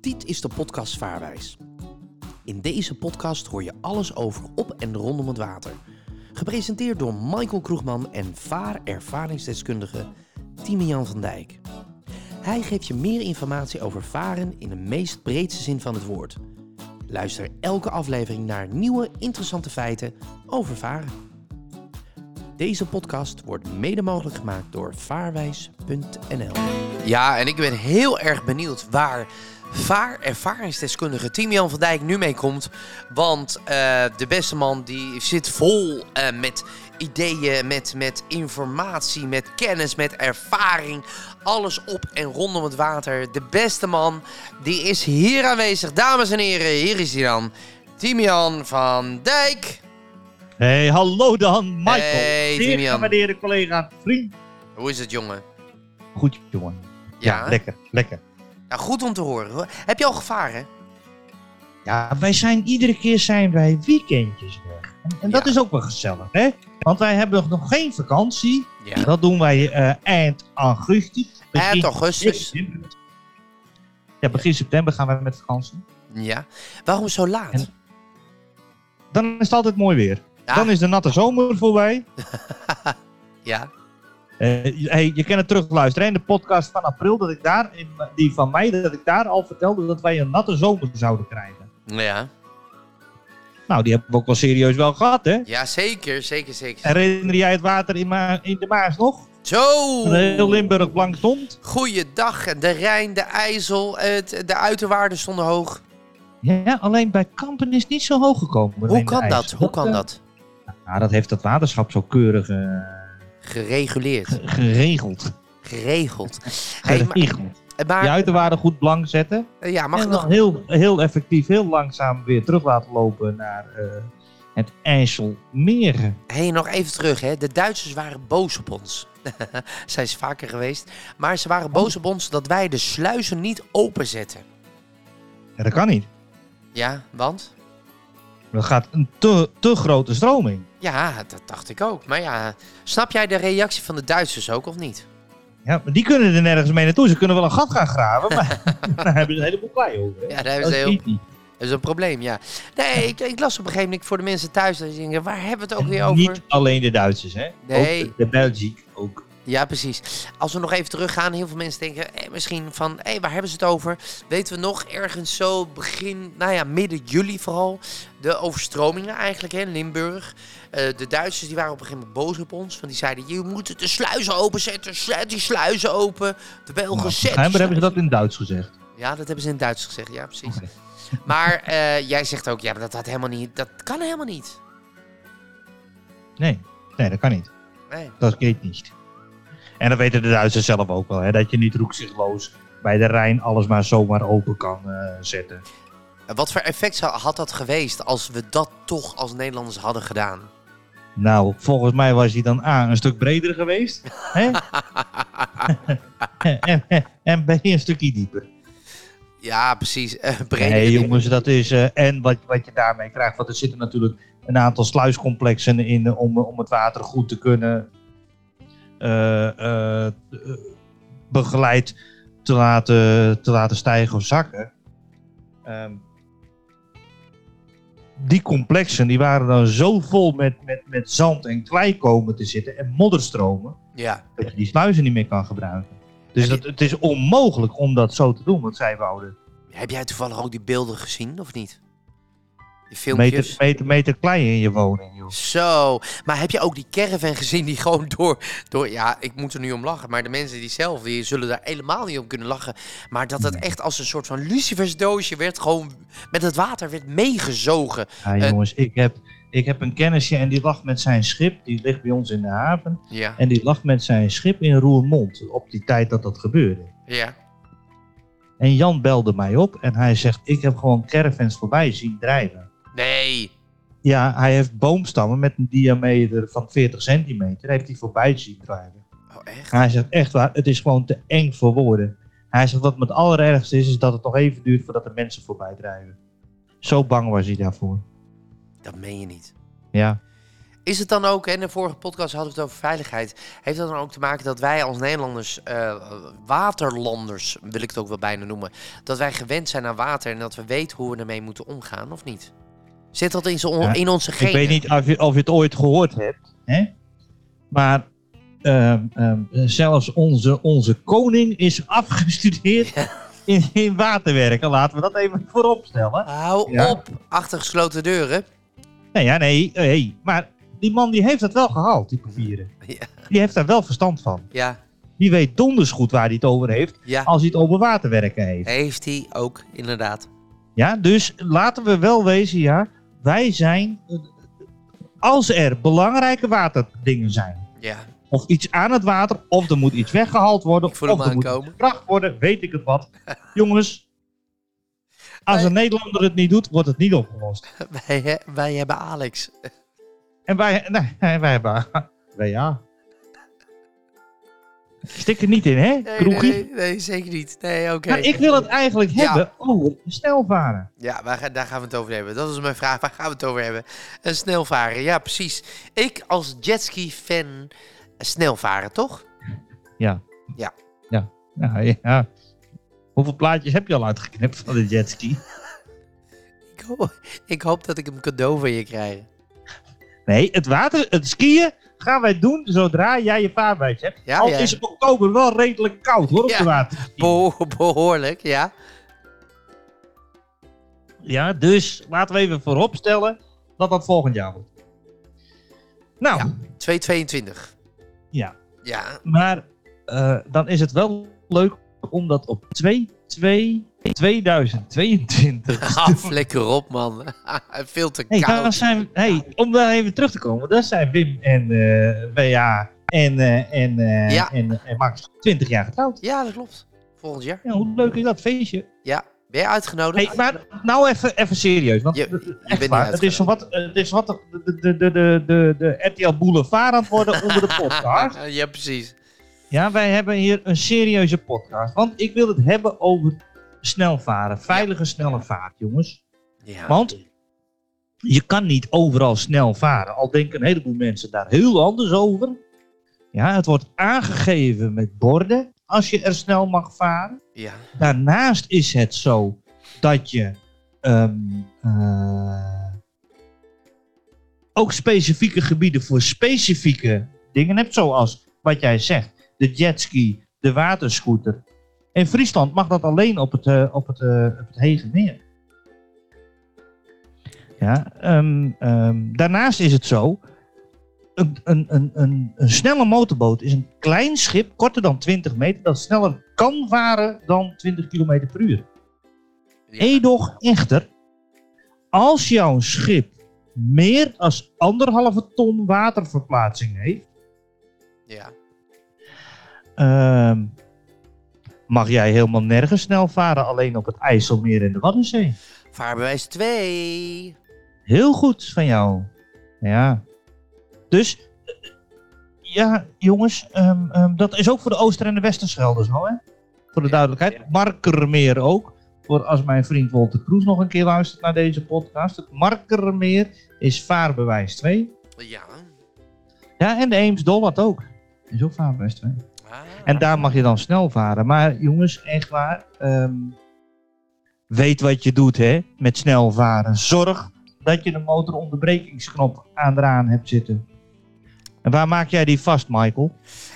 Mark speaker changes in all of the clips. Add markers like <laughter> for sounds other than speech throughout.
Speaker 1: Dit is de podcast Vaarwijs. In deze podcast hoor je alles over op en rondom het water. Gepresenteerd door Michael Kroegman en vaarervaringsdeskundige Timian van Dijk. Hij geeft je meer informatie over varen in de meest breedste zin van het woord. Luister elke aflevering naar nieuwe interessante feiten over varen. Deze podcast wordt mede mogelijk gemaakt door vaarwijs.nl. Ja, en ik ben heel erg benieuwd waar vaarervaringsdeskundige Timian van Dijk nu mee komt. Want eh, de beste man die zit vol eh, met ideeën, met, met informatie, met kennis, met ervaring. Alles op en rondom het water. De beste man die is hier aanwezig. Dames en heren, hier is hij dan. Timian van Dijk.
Speaker 2: Hey, hallo dan, Michael.
Speaker 1: Hey,
Speaker 2: Zeer
Speaker 1: Damian.
Speaker 2: gewaardeerde collega, vriend.
Speaker 1: Hoe is het, jongen?
Speaker 2: Goed, jongen. lekker, lekker.
Speaker 1: Nou, goed om te horen. hoor. Heb je al gevaren?
Speaker 2: Ja, wij zijn iedere keer zijn wij weekendjes weg. En, en dat
Speaker 1: Ja.
Speaker 2: is ook wel gezellig, hè? Want wij hebben nog- nog geen vakantie.
Speaker 1: Ja.
Speaker 2: Dat doen wij eh eind augustus.
Speaker 1: Eind augustus.
Speaker 2: september. Ja, begin september gaan wij met vakantie.
Speaker 1: Ja. Waarom zo laat?
Speaker 2: En- Dan is het altijd mooi weer.
Speaker 1: Ja.
Speaker 2: Dan is de natte zomer voorbij.
Speaker 1: Ja.
Speaker 2: Eh, hey, je kan het terugluisteren. hè, In de podcast van april, dat ik daar, in, die van mei, dat ik daar al vertelde dat wij een natte zomer zouden krijgen.
Speaker 1: Ja.
Speaker 2: Nou, die hebben we ook wel serieus wel gehad, hè?
Speaker 1: Ja, zeker, zeker, zeker.
Speaker 2: Herinner jij het water in, Ma- in de Maas nog?
Speaker 1: Zo!
Speaker 2: Toen heel Limburg blank stond?
Speaker 1: Goeiedag. De Rijn, de IJssel, het, de uiterwaarden stonden hoog.
Speaker 2: Ja, alleen bij Kampen is het niet zo hoog gekomen.
Speaker 1: Hoe
Speaker 2: in de
Speaker 1: kan dat?
Speaker 2: IJssel. eh,
Speaker 1: Hoe kan dat?
Speaker 2: Nou, dat heeft het waterschap zo keurig eh,
Speaker 1: Gereguleerd.
Speaker 2: geregeld. <laughs>
Speaker 1: Geregeld. Hey, maar,
Speaker 2: Geregeld. Je
Speaker 1: maar-
Speaker 2: uiterwaarden goed blank zetten.
Speaker 1: ja, mag ik
Speaker 2: en
Speaker 1: nog...
Speaker 2: dan heel, heel effectief, heel langzaam weer terug laten lopen naar eh, het IJsselmeer.
Speaker 1: Hey, nog even terug, hè. De Duitsers waren boos op ons. <laughs> Zijn ze vaker geweest. Maar ze waren boos op
Speaker 2: Oh.
Speaker 1: ons dat wij de sluizen niet openzetten.
Speaker 2: Ja, dat kan niet.
Speaker 1: Ja, want?
Speaker 2: Dat gaat een te, te grote stroming.
Speaker 1: Ja, dat dacht ik ook. Maar ja, snap jij de reactie van de Duitsers ook of niet?
Speaker 2: Ja, maar die kunnen er nergens mee naartoe. Ze kunnen wel een gat gaan graven, maar
Speaker 1: <laughs>
Speaker 2: daar hebben ze een heleboel klei over. hè.
Speaker 1: Ja, daar hebben
Speaker 2: Dat
Speaker 1: ze heel...
Speaker 2: schiet niet.
Speaker 1: Dat is een probleem, ja. Nee, ik, ik las op een gegeven moment voor de mensen thuis. Dat ze denken, waar hebben we het ook weer
Speaker 2: En
Speaker 1: over?
Speaker 2: Niet alleen de Duitsers, hè?
Speaker 1: Nee.
Speaker 2: Ook de Belgiek ook.
Speaker 1: Ja, precies. Als we nog even teruggaan, heel veel mensen denken eh, misschien van, hé, waar hebben ze het over? Weten we nog ergens zo begin, nou ja, midden juli vooral, de overstromingen eigenlijk hè, in Limburg. Eh, de Duitsers die waren op een gegeven moment boos op ons, want die zeiden, je moet de sluizen openzetten, zet die sluizen open. De Belgen,
Speaker 2: Nou,
Speaker 1: zet die
Speaker 2: schijnbaar hebben ze
Speaker 1: sluizen-
Speaker 2: dat in Duits gezegd.
Speaker 1: Ja, dat hebben ze in het Duits gezegd, ja, precies.
Speaker 2: Oké.
Speaker 1: <laughs> Maar eh, jij zegt ook, ja, maar dat, had helemaal niet, dat kan helemaal niet.
Speaker 2: Nee, nee, dat kan niet.
Speaker 1: Nee.
Speaker 2: Dat gaat niet. En dat weten de Duitsers zelf ook wel, hè? Dat je niet roekzichtloos bij de Rijn alles maar zomaar open kan eh, zetten.
Speaker 1: En Wat voor effect zou- had dat geweest als we dat toch als Nederlanders hadden gedaan? <laughs>
Speaker 2: Nou, volgens mij was hij dan A, een stuk breder geweest. <laughs> Hè? en, en, en B, een stukje dieper.
Speaker 1: Ja, precies. Eh, breder.
Speaker 2: Nee, jongens, dat is. eh, en wat, wat je daarmee krijgt, want er zitten natuurlijk een aantal sluiscomplexen in eh, om, om het water goed te kunnen eh, eh, eh, begeleid te laten, te laten stijgen of zakken. Ehm, die complexen die waren dan zo vol met, met, met zand en klei komen te zitten en modderstromen
Speaker 1: Ja.
Speaker 2: dat je die sluizen niet meer kan gebruiken. Dus dat, het is onmogelijk om dat zo te doen, wat zij wouden.
Speaker 1: Heb jij toevallig ook die beelden gezien, of niet? Die
Speaker 2: meter,
Speaker 1: filmpjes?
Speaker 2: meter, meter klei in je woning, joh.
Speaker 1: Zo. Maar heb je ook die caravan gezien die <laughs> gewoon door, door... Ja, ik moet er nu om lachen. Maar de mensen die zelf, die zullen daar helemaal niet om kunnen lachen. Maar dat het echt als een soort van lucifersdoosje werd gewoon... Met het water werd meegezogen.
Speaker 2: Ja,
Speaker 1: Eh.
Speaker 2: jongens, ik heb, ik heb een kennisje en die lag met zijn schip. Die ligt bij ons in de haven.
Speaker 1: Ja.
Speaker 2: En die lag met zijn schip in Roermond op die tijd dat dat gebeurde.
Speaker 1: Ja.
Speaker 2: En Jan belde mij op en hij zegt: Ik heb gewoon caravans voorbij zien drijven.
Speaker 1: Nee.
Speaker 2: Ja, hij heeft boomstammen met een diameter van 40 centimeter. Heeft hij voorbij zien drijven.
Speaker 1: Oh, echt?
Speaker 2: Hij zegt echt waar, het is gewoon te eng voor woorden. Hij zegt wat me het allerergste is, is dat het nog even duurt voordat de mensen voorbij drijven. Zo bang was hij daarvoor.
Speaker 1: Dat meen je niet.
Speaker 2: Ja.
Speaker 1: Is het dan ook, hè, in de vorige podcast hadden we het over veiligheid. Heeft dat dan ook te maken dat wij als Nederlanders, eh, waterlanders wil ik het ook wel bijna noemen, dat wij gewend zijn aan water en dat we weten hoe we ermee moeten omgaan, of niet? Zit dat in, zo
Speaker 2: Ja,
Speaker 1: in onze genen?
Speaker 2: Ik weet niet of je, of je het ooit gehoord hebt, hè? maar ehm, ehm, zelfs onze, onze koning is afgestudeerd in, in waterwerken. Laten we dat even vooropstellen.
Speaker 1: Hou
Speaker 2: Ja.
Speaker 1: op, achter gesloten deuren.
Speaker 2: Nee, ja, nee, hey, maar die man die heeft dat wel gehaald, die papieren.
Speaker 1: Ja.
Speaker 2: Die heeft daar wel verstand van.
Speaker 1: Ja,
Speaker 2: Die weet donders goed waar hij het over heeft
Speaker 1: ja.
Speaker 2: als hij het over waterwerken heeft.
Speaker 1: Heeft hij ook, inderdaad.
Speaker 2: Ja, dus laten we wel wezen, ja, wij zijn, eh, als er belangrijke waterdingen zijn,
Speaker 1: Ja,
Speaker 2: of iets aan het water, of er moet iets weggehaald worden,
Speaker 1: ik voel
Speaker 2: of
Speaker 1: hem
Speaker 2: er moet
Speaker 1: aankomen. <laughs>
Speaker 2: gebracht worden, weet ik het wat. Jongens, als een Nederlander het niet doet, wordt het niet opgelost.
Speaker 1: Wij, hè, wij hebben Alex.
Speaker 2: En wij, nee, wij hebben, <laughs> wij ja. Ik Stik er niet in, hè,
Speaker 1: Nee,
Speaker 2: kroegie?
Speaker 1: nee, nee, zeker niet. Nee, oké.
Speaker 2: Maar ik wil het eigenlijk
Speaker 1: Ja.
Speaker 2: hebben over snelvaren.
Speaker 1: Ja, waar, ga- daar gaan we het over hebben. Dat is mijn vraag. Waar gaan we het over hebben? Een snelvaren, ja, precies. Ik als jetski-fan eh, snelvaren, toch?
Speaker 2: Ja.
Speaker 1: Ja.
Speaker 2: Ja. Ja, Nou, ja. Hoeveel plaatjes heb je al uitgeknipt van de jetski?
Speaker 1: Ik, ho- <laughs> ik hoop dat ik hem cadeau van je krijg.
Speaker 2: Nee, het water, het skiën gaan wij doen zodra jij je vaarwijs hebt.
Speaker 1: Ja,
Speaker 2: Al
Speaker 1: ja.
Speaker 2: is oktober wel redelijk koud hoor, op
Speaker 1: Ja.
Speaker 2: de water.
Speaker 1: Beho- behoorlijk, ja.
Speaker 2: Ja, dus laten we even vooropstellen dat dat volgend jaar wordt. Nou, ja,
Speaker 1: 2,22.
Speaker 2: <laughs>
Speaker 1: Ja,
Speaker 2: maar eh, dan is het wel leuk om dat op 2, 2, 2022 te
Speaker 1: Ah,
Speaker 2: doen.
Speaker 1: flikker op, man. <laughs> Veel te
Speaker 2: Hey, daar
Speaker 1: koud.
Speaker 2: zijn, hey, om daar even terug te komen, daar zijn Wim en eh WA en, eh, en, eh,
Speaker 1: Ja.
Speaker 2: en, en Max 20 jaar getrouwd.
Speaker 1: Ja, dat klopt. Volgend jaar.
Speaker 2: Ja, hoe leuk is dat feestje?
Speaker 1: Ja, ben je uitgenodigd?
Speaker 2: Hey, maar nou even, even serieus, want
Speaker 1: Je-
Speaker 2: eh,
Speaker 1: je
Speaker 2: echt
Speaker 1: bent
Speaker 2: waar,
Speaker 1: niet
Speaker 2: het is zo wat, het is wat de, de, de, de, de, de RTL Boulevard aan het worden onder de podcast.
Speaker 1: Ah, <laughs> ja, precies.
Speaker 2: Ja, wij hebben hier een serieuze podcast, want ik wil het hebben over snelvaren, veilige snelle vaart, jongens.
Speaker 1: Ja.
Speaker 2: Want je kan niet overal snel varen. Al denken een heleboel mensen daar heel anders over. Ja, het wordt aangegeven met borden als je er snel mag varen.
Speaker 1: Ja,
Speaker 2: Daarnaast is het zo dat je ehm, eh, ook specifieke gebieden voor specifieke dingen hebt. Zoals wat jij zegt, de jetski, de waterscooter. In Friesland mag dat alleen op het, eh, op het, eh, op het Hege Meer. Ja, ehm, ehm, daarnaast is het zo. Een, een, een, een, een snelle motorboot is een klein schip, korter dan 20 meter, dat sneller kan varen dan 20 km per uur.
Speaker 1: ja.
Speaker 2: Edoch echter, als jouw schip meer dan anderhalve ton waterverplaatsing heeft,
Speaker 1: ja.
Speaker 2: Ehm, mag jij helemaal nergens snel varen, alleen op het IJsselmeer en de Waddenzee.
Speaker 1: Vaarbewijs 2.
Speaker 2: Heel goed van jou. Ja. Dus, eh, ja, jongens, ehm, ehm, dat is ook voor de Ooster- en de Westerschelde zo, hè? Voor de
Speaker 1: Ja,
Speaker 2: duidelijkheid.
Speaker 1: ja.
Speaker 2: Markermeer ook. Voor als mijn vriend Wolter Kroes nog een keer luistert naar deze podcast. Het Markermeer is vaarbewijs 2.
Speaker 1: Ja.
Speaker 2: Ja, en de Eems Dollard ook. Is ook vaarbewijs 2.
Speaker 1: Ah.
Speaker 2: En daar mag je dan snel varen. Maar jongens, echt waar. ehm, weet wat je doet hè, met snel varen. Zorg dat je de motoronderbrekingsknop aan eraan hebt zitten. En waar maak jij die vast, Michael?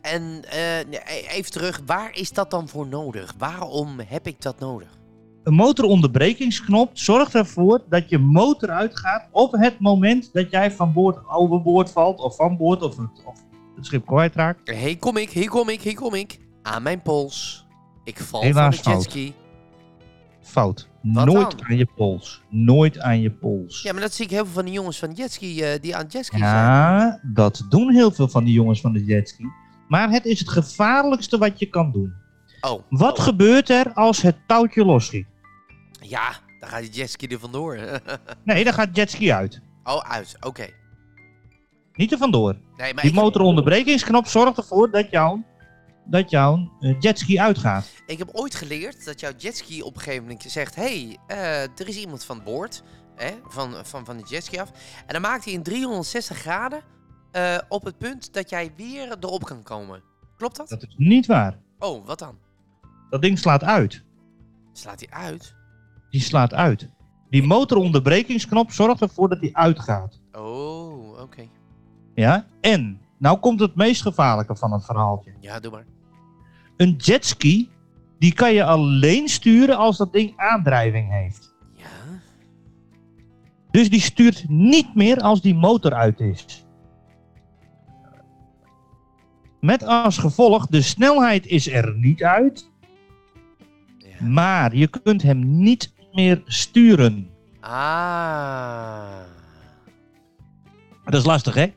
Speaker 1: En eh, e- even terug, waar is dat dan voor nodig? Waarom heb ik dat nodig?
Speaker 2: Een motoronderbrekingsknop zorgt ervoor dat je motor uitgaat op het moment dat jij van boord overboord valt of van boord of het, of het schip kwijtraakt.
Speaker 1: Hé, hey, kom ik, hier kom ik, hier kom ik. Aan mijn pols. Ik val
Speaker 2: Helaas
Speaker 1: van de
Speaker 2: fout.
Speaker 1: jetski.
Speaker 2: Fout.
Speaker 1: Wat
Speaker 2: Nooit
Speaker 1: dan?
Speaker 2: aan je pols. Nooit aan je pols.
Speaker 1: Ja, maar dat zie ik heel veel van die jongens van jetski eh, die aan jetski zijn.
Speaker 2: Ja, dat doen heel veel van die jongens van de jetski. Maar het is het gevaarlijkste wat je kan doen.
Speaker 1: Oh,
Speaker 2: Wat gebeurt er als het touwtje losschiet?
Speaker 1: ja, dan gaat die jetski er vandoor. <laughs>
Speaker 2: Nee, dan gaat jetski uit.
Speaker 1: oh, uit, oké.
Speaker 2: Niet er vandoor.
Speaker 1: Nee, maar
Speaker 2: Die
Speaker 1: ik,
Speaker 2: motoronderbrekingsknop zorgt ervoor dat jouw dat jouw eh, jetski uitgaat.
Speaker 1: ik heb ooit geleerd dat jouw jetski op een gegeven moment zegt... Hé, hey, eh, er is iemand van boord, hè, van, van, van de jetski af. En dan maakt hij in 360 graden eh, op het punt dat jij weer erop kan komen. Klopt dat?
Speaker 2: Dat is niet waar.
Speaker 1: Oh, wat dan?
Speaker 2: Dat ding slaat uit.
Speaker 1: Slaat hij uit?
Speaker 2: Die slaat uit. Die motoronderbrekingsknop zorgt ervoor dat die uitgaat.
Speaker 1: Oh, oké.
Speaker 2: Ja? En, nou komt het meest gevaarlijke van het verhaaltje.
Speaker 1: Ja, doe maar.
Speaker 2: Een jetski, die kan je alleen sturen als dat ding aandrijving heeft.
Speaker 1: Ja.
Speaker 2: Dus die stuurt niet meer als die motor uit is. Met als gevolg, de snelheid is er niet uit, Mm.
Speaker 1: ja.
Speaker 2: maar je kunt hem niet meer sturen.
Speaker 1: Ah.
Speaker 2: Dat is lastig, hè?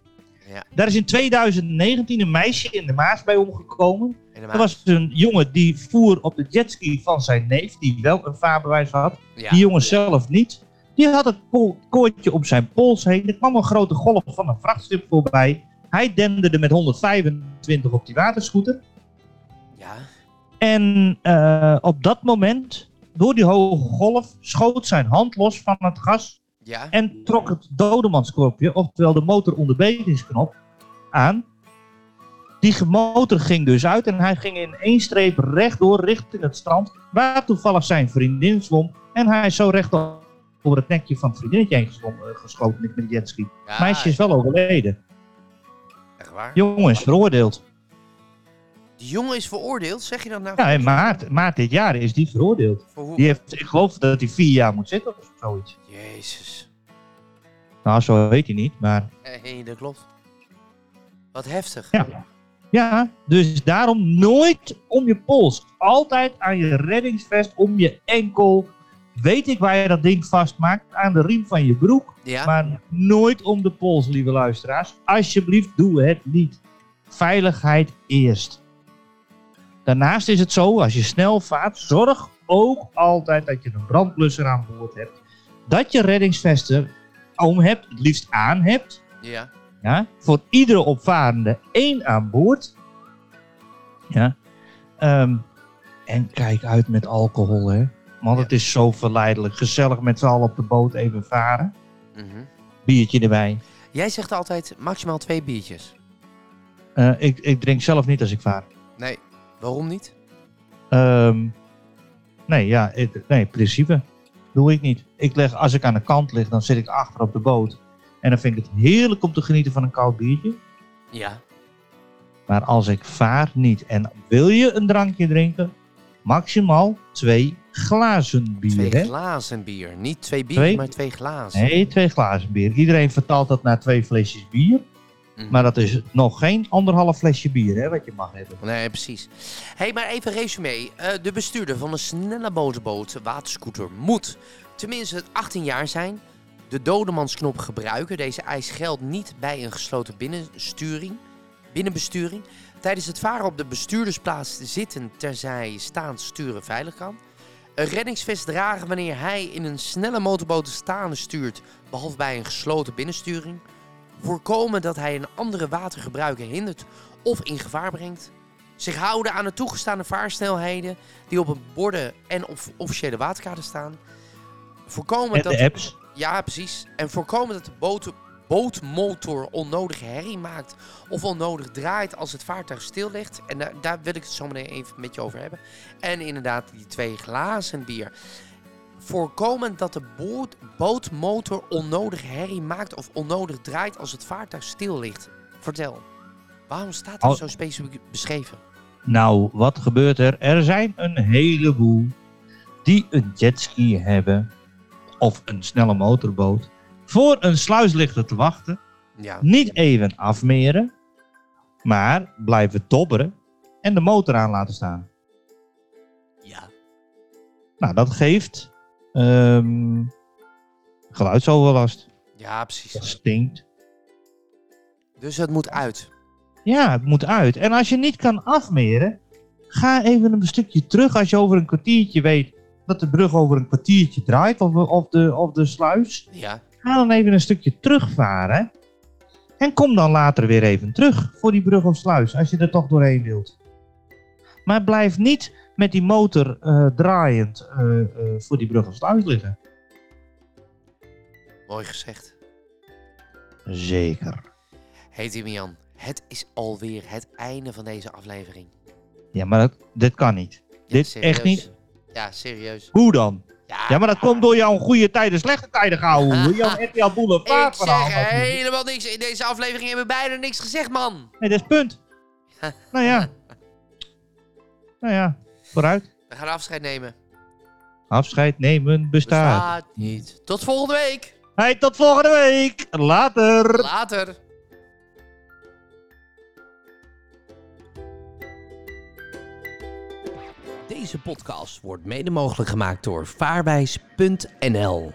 Speaker 1: Ja.
Speaker 2: Daar is in 2019 een meisje in de Maas bij omgekomen.
Speaker 1: Helemaal.
Speaker 2: Er was een jongen die voer op de jetski van zijn neef, die wel een vaarbewijs had.
Speaker 1: ja.
Speaker 2: Die jongen zelf niet. Die had het pol- koordje om zijn pols heen. Er kwam een grote golf van een vrachtschip voorbij. Hij denderde met 125 op die waterscooter.
Speaker 1: Ja.
Speaker 2: En eh, op dat moment, door die hoge golf, schoot zijn hand los van het gas.
Speaker 1: Ja.
Speaker 2: En trok het dodemansknopje, oftewel de motoronderbrekingsknop, aan. Die ge- motor ging dus uit en hij ging in één streep rechtdoor richting het strand. Waar toevallig zijn vriendin zwom. En hij is zo rechtdoor over het nekje van het vriendinnetje heen geswom- eh, geschoten met de jetski.
Speaker 1: ja.
Speaker 2: Meisje is wel overleden.
Speaker 1: Echt waar?
Speaker 2: Jongens, veroordeeld.
Speaker 1: Die jongen is veroordeeld, zeg je dat nou?
Speaker 2: Ja, in maart, maart dit jaar is die veroordeeld.
Speaker 1: Voor hoe?
Speaker 2: Die heeft, ik geloof dat hij vier jaar moet zitten of zoiets.
Speaker 1: Jezus.
Speaker 2: Nou, zo weet hij niet, maar...
Speaker 1: Hé, Eh, dat klopt. Wat heftig.
Speaker 2: Ja. ja, dus daarom nooit om je pols. Altijd aan je reddingsvest, om je enkel. Weet ik waar je dat ding vastmaakt, aan de riem van je broek.
Speaker 1: Ja.
Speaker 2: Maar nooit om de pols, lieve luisteraars. Alsjeblieft, doe het niet. Veiligheid eerst. Daarnaast is het zo, als je snel vaart, zorg ook altijd dat je een brandblusser aan boord hebt. Dat je reddingsvesten om hebt, het liefst aan hebt.
Speaker 1: ja.
Speaker 2: Ja, voor iedere opvarende één aan boord. Ja. Ehm, en kijk uit met alcohol, hè. Want het is zo verleidelijk. Gezellig met z'n allen op de boot even varen.
Speaker 1: Mhm.
Speaker 2: Biertje erbij.
Speaker 1: Jij zegt altijd maximaal twee biertjes.
Speaker 2: Eh, ik, ik drink zelf niet als ik vaar.
Speaker 1: Nee. Waarom niet?
Speaker 2: Ehm, nee, ja, het- nee, principe. Doe ik niet. Ik leg, als ik aan de kant lig, dan zit ik achter op de boot. En dan vind ik het heerlijk om te genieten van een koud biertje.
Speaker 1: Ja.
Speaker 2: Maar als ik vaar niet en wil je een drankje drinken, maximaal twee glazen bier.
Speaker 1: Twee
Speaker 2: hè?
Speaker 1: glazen bier. Niet twee bier,
Speaker 2: Twee?
Speaker 1: maar twee glazen.
Speaker 2: Nee, twee glazen bier. Iedereen vertaalt dat naar twee flesjes bier.
Speaker 1: Mhm.
Speaker 2: Maar dat is nog geen anderhalf flesje bier hè, wat je mag hebben.
Speaker 1: Nee, precies. hey, maar even resume. Eh, de bestuurder van een snelle motorboot, waterscooter, moet tenminste het 18 jaar zijn, de dodemansknop gebruiken. Deze eis geldt niet bij een gesloten binnensturing, binnenbesturing. Tijdens het varen op de bestuurdersplaats zitten terzij staand sturen veilig kan. Een reddingsvest dragen wanneer hij in een snelle motorboot staande stuurt, behalve bij een gesloten binnensturing. Voorkomen dat hij een andere watergebruiker hindert of in gevaar brengt. Zich houden aan de toegestane vaarsnelheden die op het borden en op officiële waterkaarten staan. Voorkomen
Speaker 2: En
Speaker 1: dat
Speaker 2: de apps.
Speaker 1: ja, precies. En voorkomen dat de boot, bootmotor onnodige herrie maakt of onnodig draait als het vaartuig stil ligt. En daar, daar wil ik het zo meteen even met je over hebben. En inderdaad, die twee glazen bier. Voorkomen dat de boot, bootmotor onnodig herrie maakt of onnodig draait als het vaartuig stil ligt. Vertel. Waarom staat dat
Speaker 2: Al-
Speaker 1: zo specifiek beschreven?
Speaker 2: Nou, wat gebeurt er? Er zijn een heleboel die een jetski hebben of een snelle motorboot voor een sluislichter te wachten.
Speaker 1: Ja.
Speaker 2: Niet even afmeren, maar blijven dobberen en de motor aan laten staan.
Speaker 1: Ja.
Speaker 2: Nou, dat geeft ehm geluidsoverlast.
Speaker 1: Ja,
Speaker 2: Dat
Speaker 1: precies.
Speaker 2: stinkt.
Speaker 1: Dus het moet uit.
Speaker 2: Ja, het moet uit. En als je niet kan afmeren, ga even een stukje terug. Als je over een kwartiertje weet dat de brug over een kwartiertje draait of, of, de, of de sluis,
Speaker 1: Ja.
Speaker 2: ga dan even een stukje terugvaren. En kom dan later weer even terug voor die brug of sluis, als je er toch doorheen wilt. Maar blijf niet met die motor eh, draaiend eh, eh, voor die brug of sluis liggen.
Speaker 1: Mooi gezegd.
Speaker 2: Zeker.
Speaker 1: Hey Timian, het is alweer het einde van deze aflevering.
Speaker 2: Ja, maar dat, dit kan niet.
Speaker 1: Ja,
Speaker 2: Dit echt niet?
Speaker 1: Ja, serieus.
Speaker 2: Hoe dan?
Speaker 1: Ja,
Speaker 2: Ja, maar dat komt door jouw goede tijden, slechte tijden gehouden. Hoe jouw
Speaker 1: <laughs>
Speaker 2: RTL
Speaker 1: ik
Speaker 2: Boulevard
Speaker 1: zeg
Speaker 2: verhaal.
Speaker 1: helemaal niks. In deze aflevering hebben we bijna niks gezegd, man.
Speaker 2: Nee, dat is
Speaker 1: <laughs>
Speaker 2: punt. Nou ja. Nou ja, vooruit.
Speaker 1: We gaan afscheid nemen.
Speaker 2: Afscheid nemen bestaat.
Speaker 1: Bestaat niet. Tot volgende week.
Speaker 2: Hey, tot volgende week. Later.
Speaker 1: Later. Deze podcast wordt mede mogelijk gemaakt door vaarwijs.nl.